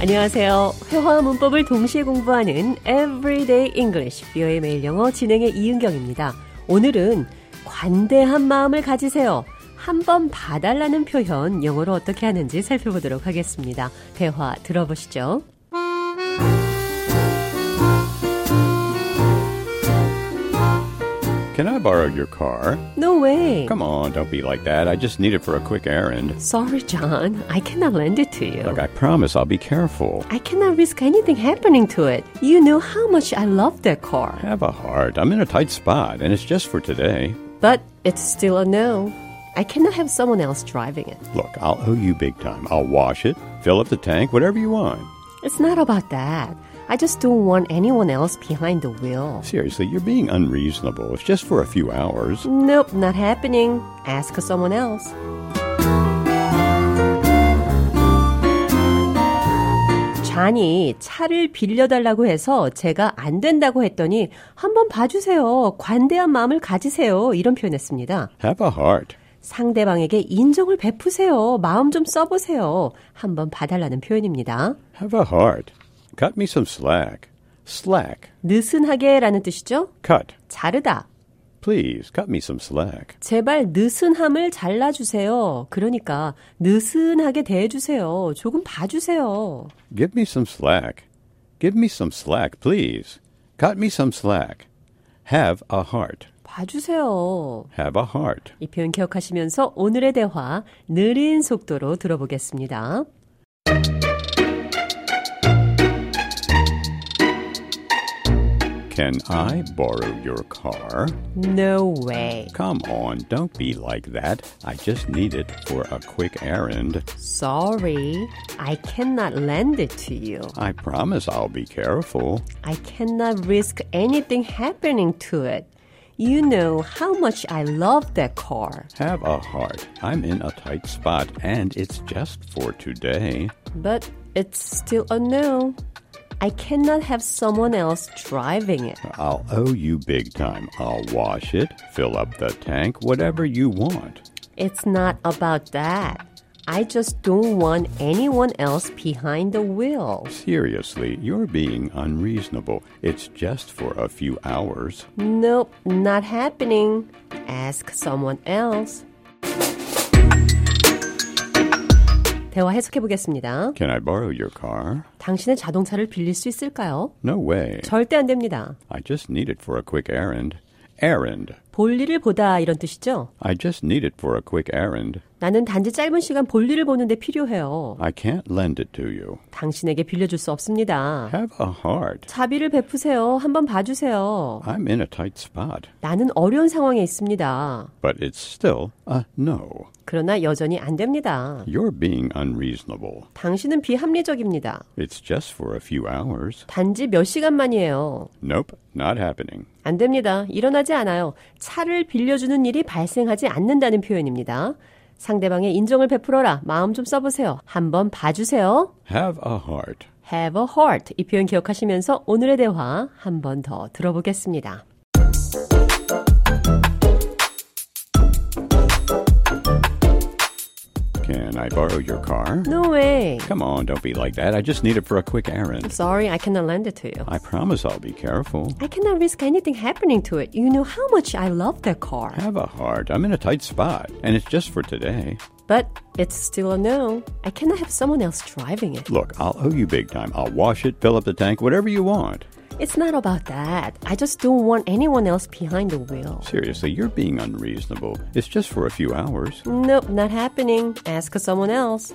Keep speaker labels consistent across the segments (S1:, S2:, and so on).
S1: 안녕하세요. 회화와 문법을 동시에 공부하는 Everyday English, 뷰의 매일 영어 진행의 이은경입니다. 오늘은 관대한 마음을 가지세요. 한 번 봐달라는 표현 영어로 어떻게 하는지 살펴보도록 하겠습니다. 대화 들어보시죠.
S2: Can I borrow your car?
S1: No way.
S2: 네, Come on, don't be like that. I just need it for a quick errand.
S1: Sorry, John. I cannot lend it to you.
S2: Look, I promise I'll be careful.
S1: I cannot risk anything happening to it. You know how much I love that car.
S2: Have a heart. I'm in a tight spot, and it's just for today.
S1: But it's still a no. I cannot have someone else driving it.
S2: Look, I'll owe you big time. I'll wash it, fill up the tank, whatever you want.
S1: It's not about that. I just don't want anyone else behind the wheel.
S2: Seriously, you're being unreasonable. It's just for a few hours.
S1: Nope, not happening. Ask someone else. 잔이 차를 빌려달라고 해서 제가 안 된다고 했더니 한번 봐주세요. 관대한 마음을 가지세요. 이런 표현했습니다.
S2: Have a heart.
S1: 상대방에게 인정을 베푸세요. 마음 좀 써보세요. 한번 봐달라는 표현입니다.
S2: Have a heart. Cut me some slack. Slack.
S1: 느슨하게라는 뜻이죠.
S2: Cut.
S1: 자르다.
S2: Please, cut me some slack.
S1: 제발 느슨함을 잘라주세요. 그러니까 느슨하게 대해주세요. 조금 봐주세요.
S2: Give me some slack. Give me some slack, please. Cut me some slack. Have a heart.
S1: 봐주세요.
S2: Have a heart.
S1: 이 표현 기억하시면서 오늘의 대화 느린 속도로 들어보겠습니다.
S2: Can I borrow your car?
S1: No way.
S2: Come on, don't be like that. I just need it for a quick errand.
S1: Sorry. I cannot lend it to you.
S2: I promise I'll be careful.
S1: I cannot risk anything happening to it. You know how much I love that car.
S2: Have a heart. I'm in a tight spot, and it's just for today.
S1: But it's still a no. I cannot have someone else driving it.
S2: I'll owe you big time. I'll wash it, fill up the tank, whatever you want.
S1: It's not about that. I just don't want anyone else behind the wheel.
S2: Seriously, you're being unreasonable. It's just for a few hours.
S1: Nope, not happening. Ask someone else. 대화 해석해 보겠습니다.
S2: Can I borrow your car?
S1: 당신의 자동차를 빌릴 수 있을까요?
S2: No way.
S1: 절대 안 됩니다.
S2: I just need it for a quick errand. Errand.
S1: 볼일을 보다 이런 뜻이죠.
S2: I just need it for a quick errand.
S1: 나는 단지 짧은 시간 볼일을 보는데 필요해요.
S2: I can't lend it to you.
S1: 당신에게 빌려줄 수 없습니다.
S2: Have a heart.
S1: 자비를 베푸세요. 한번 봐주세요.
S2: I'm in a tight spot,
S1: 나는 어려운 상황에 있습니다.
S2: but it's still a no.
S1: 그러나 여전히 안 됩니다.
S2: You're being unreasonable.
S1: 당신은 비합리적입니다.
S2: It's just for a few hours.
S1: 단지 몇 시간만이에요.
S2: Nope, not happening.
S1: 안 됩니다. 일어나지 않아요. 차를 빌려주는 일이 발생하지 않는다는 표현입니다. 상대방의 인정을 베풀어라. 마음 좀 써보세요. 한번 봐주세요.
S2: Have a heart.
S1: Have a heart. 이 표현 기억하시면서 오늘의 대화 한 번 더 들어보겠습니다.
S2: Can I borrow your car?
S1: No way.
S2: Come on, don't be like that. I just need it for a quick errand.
S1: Sorry, I cannot lend it to you.
S2: I promise I'll be careful.
S1: I cannot risk anything happening to it. You know how much I love that car.
S2: Have a heart. I'm in a tight spot, and it's just for today.
S1: But it's still a no. I cannot have someone else driving it.
S2: Look, I'll owe you big time. I'll wash it, fill up the tank, whatever you want.
S1: It's not about that. I just don't want anyone else behind the wheel.
S2: Seriously, you're being unreasonable. It's just for a few hours.
S1: Nope, not happening. Ask someone else.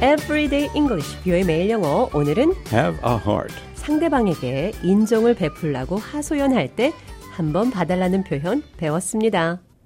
S1: Everyday English, 뷰의 매일 영어. 오늘은
S2: Have a heart.
S1: 상대방에게 인정을 베풀라고 하소연할 때 한번 봐달라는 표현 배웠습니다.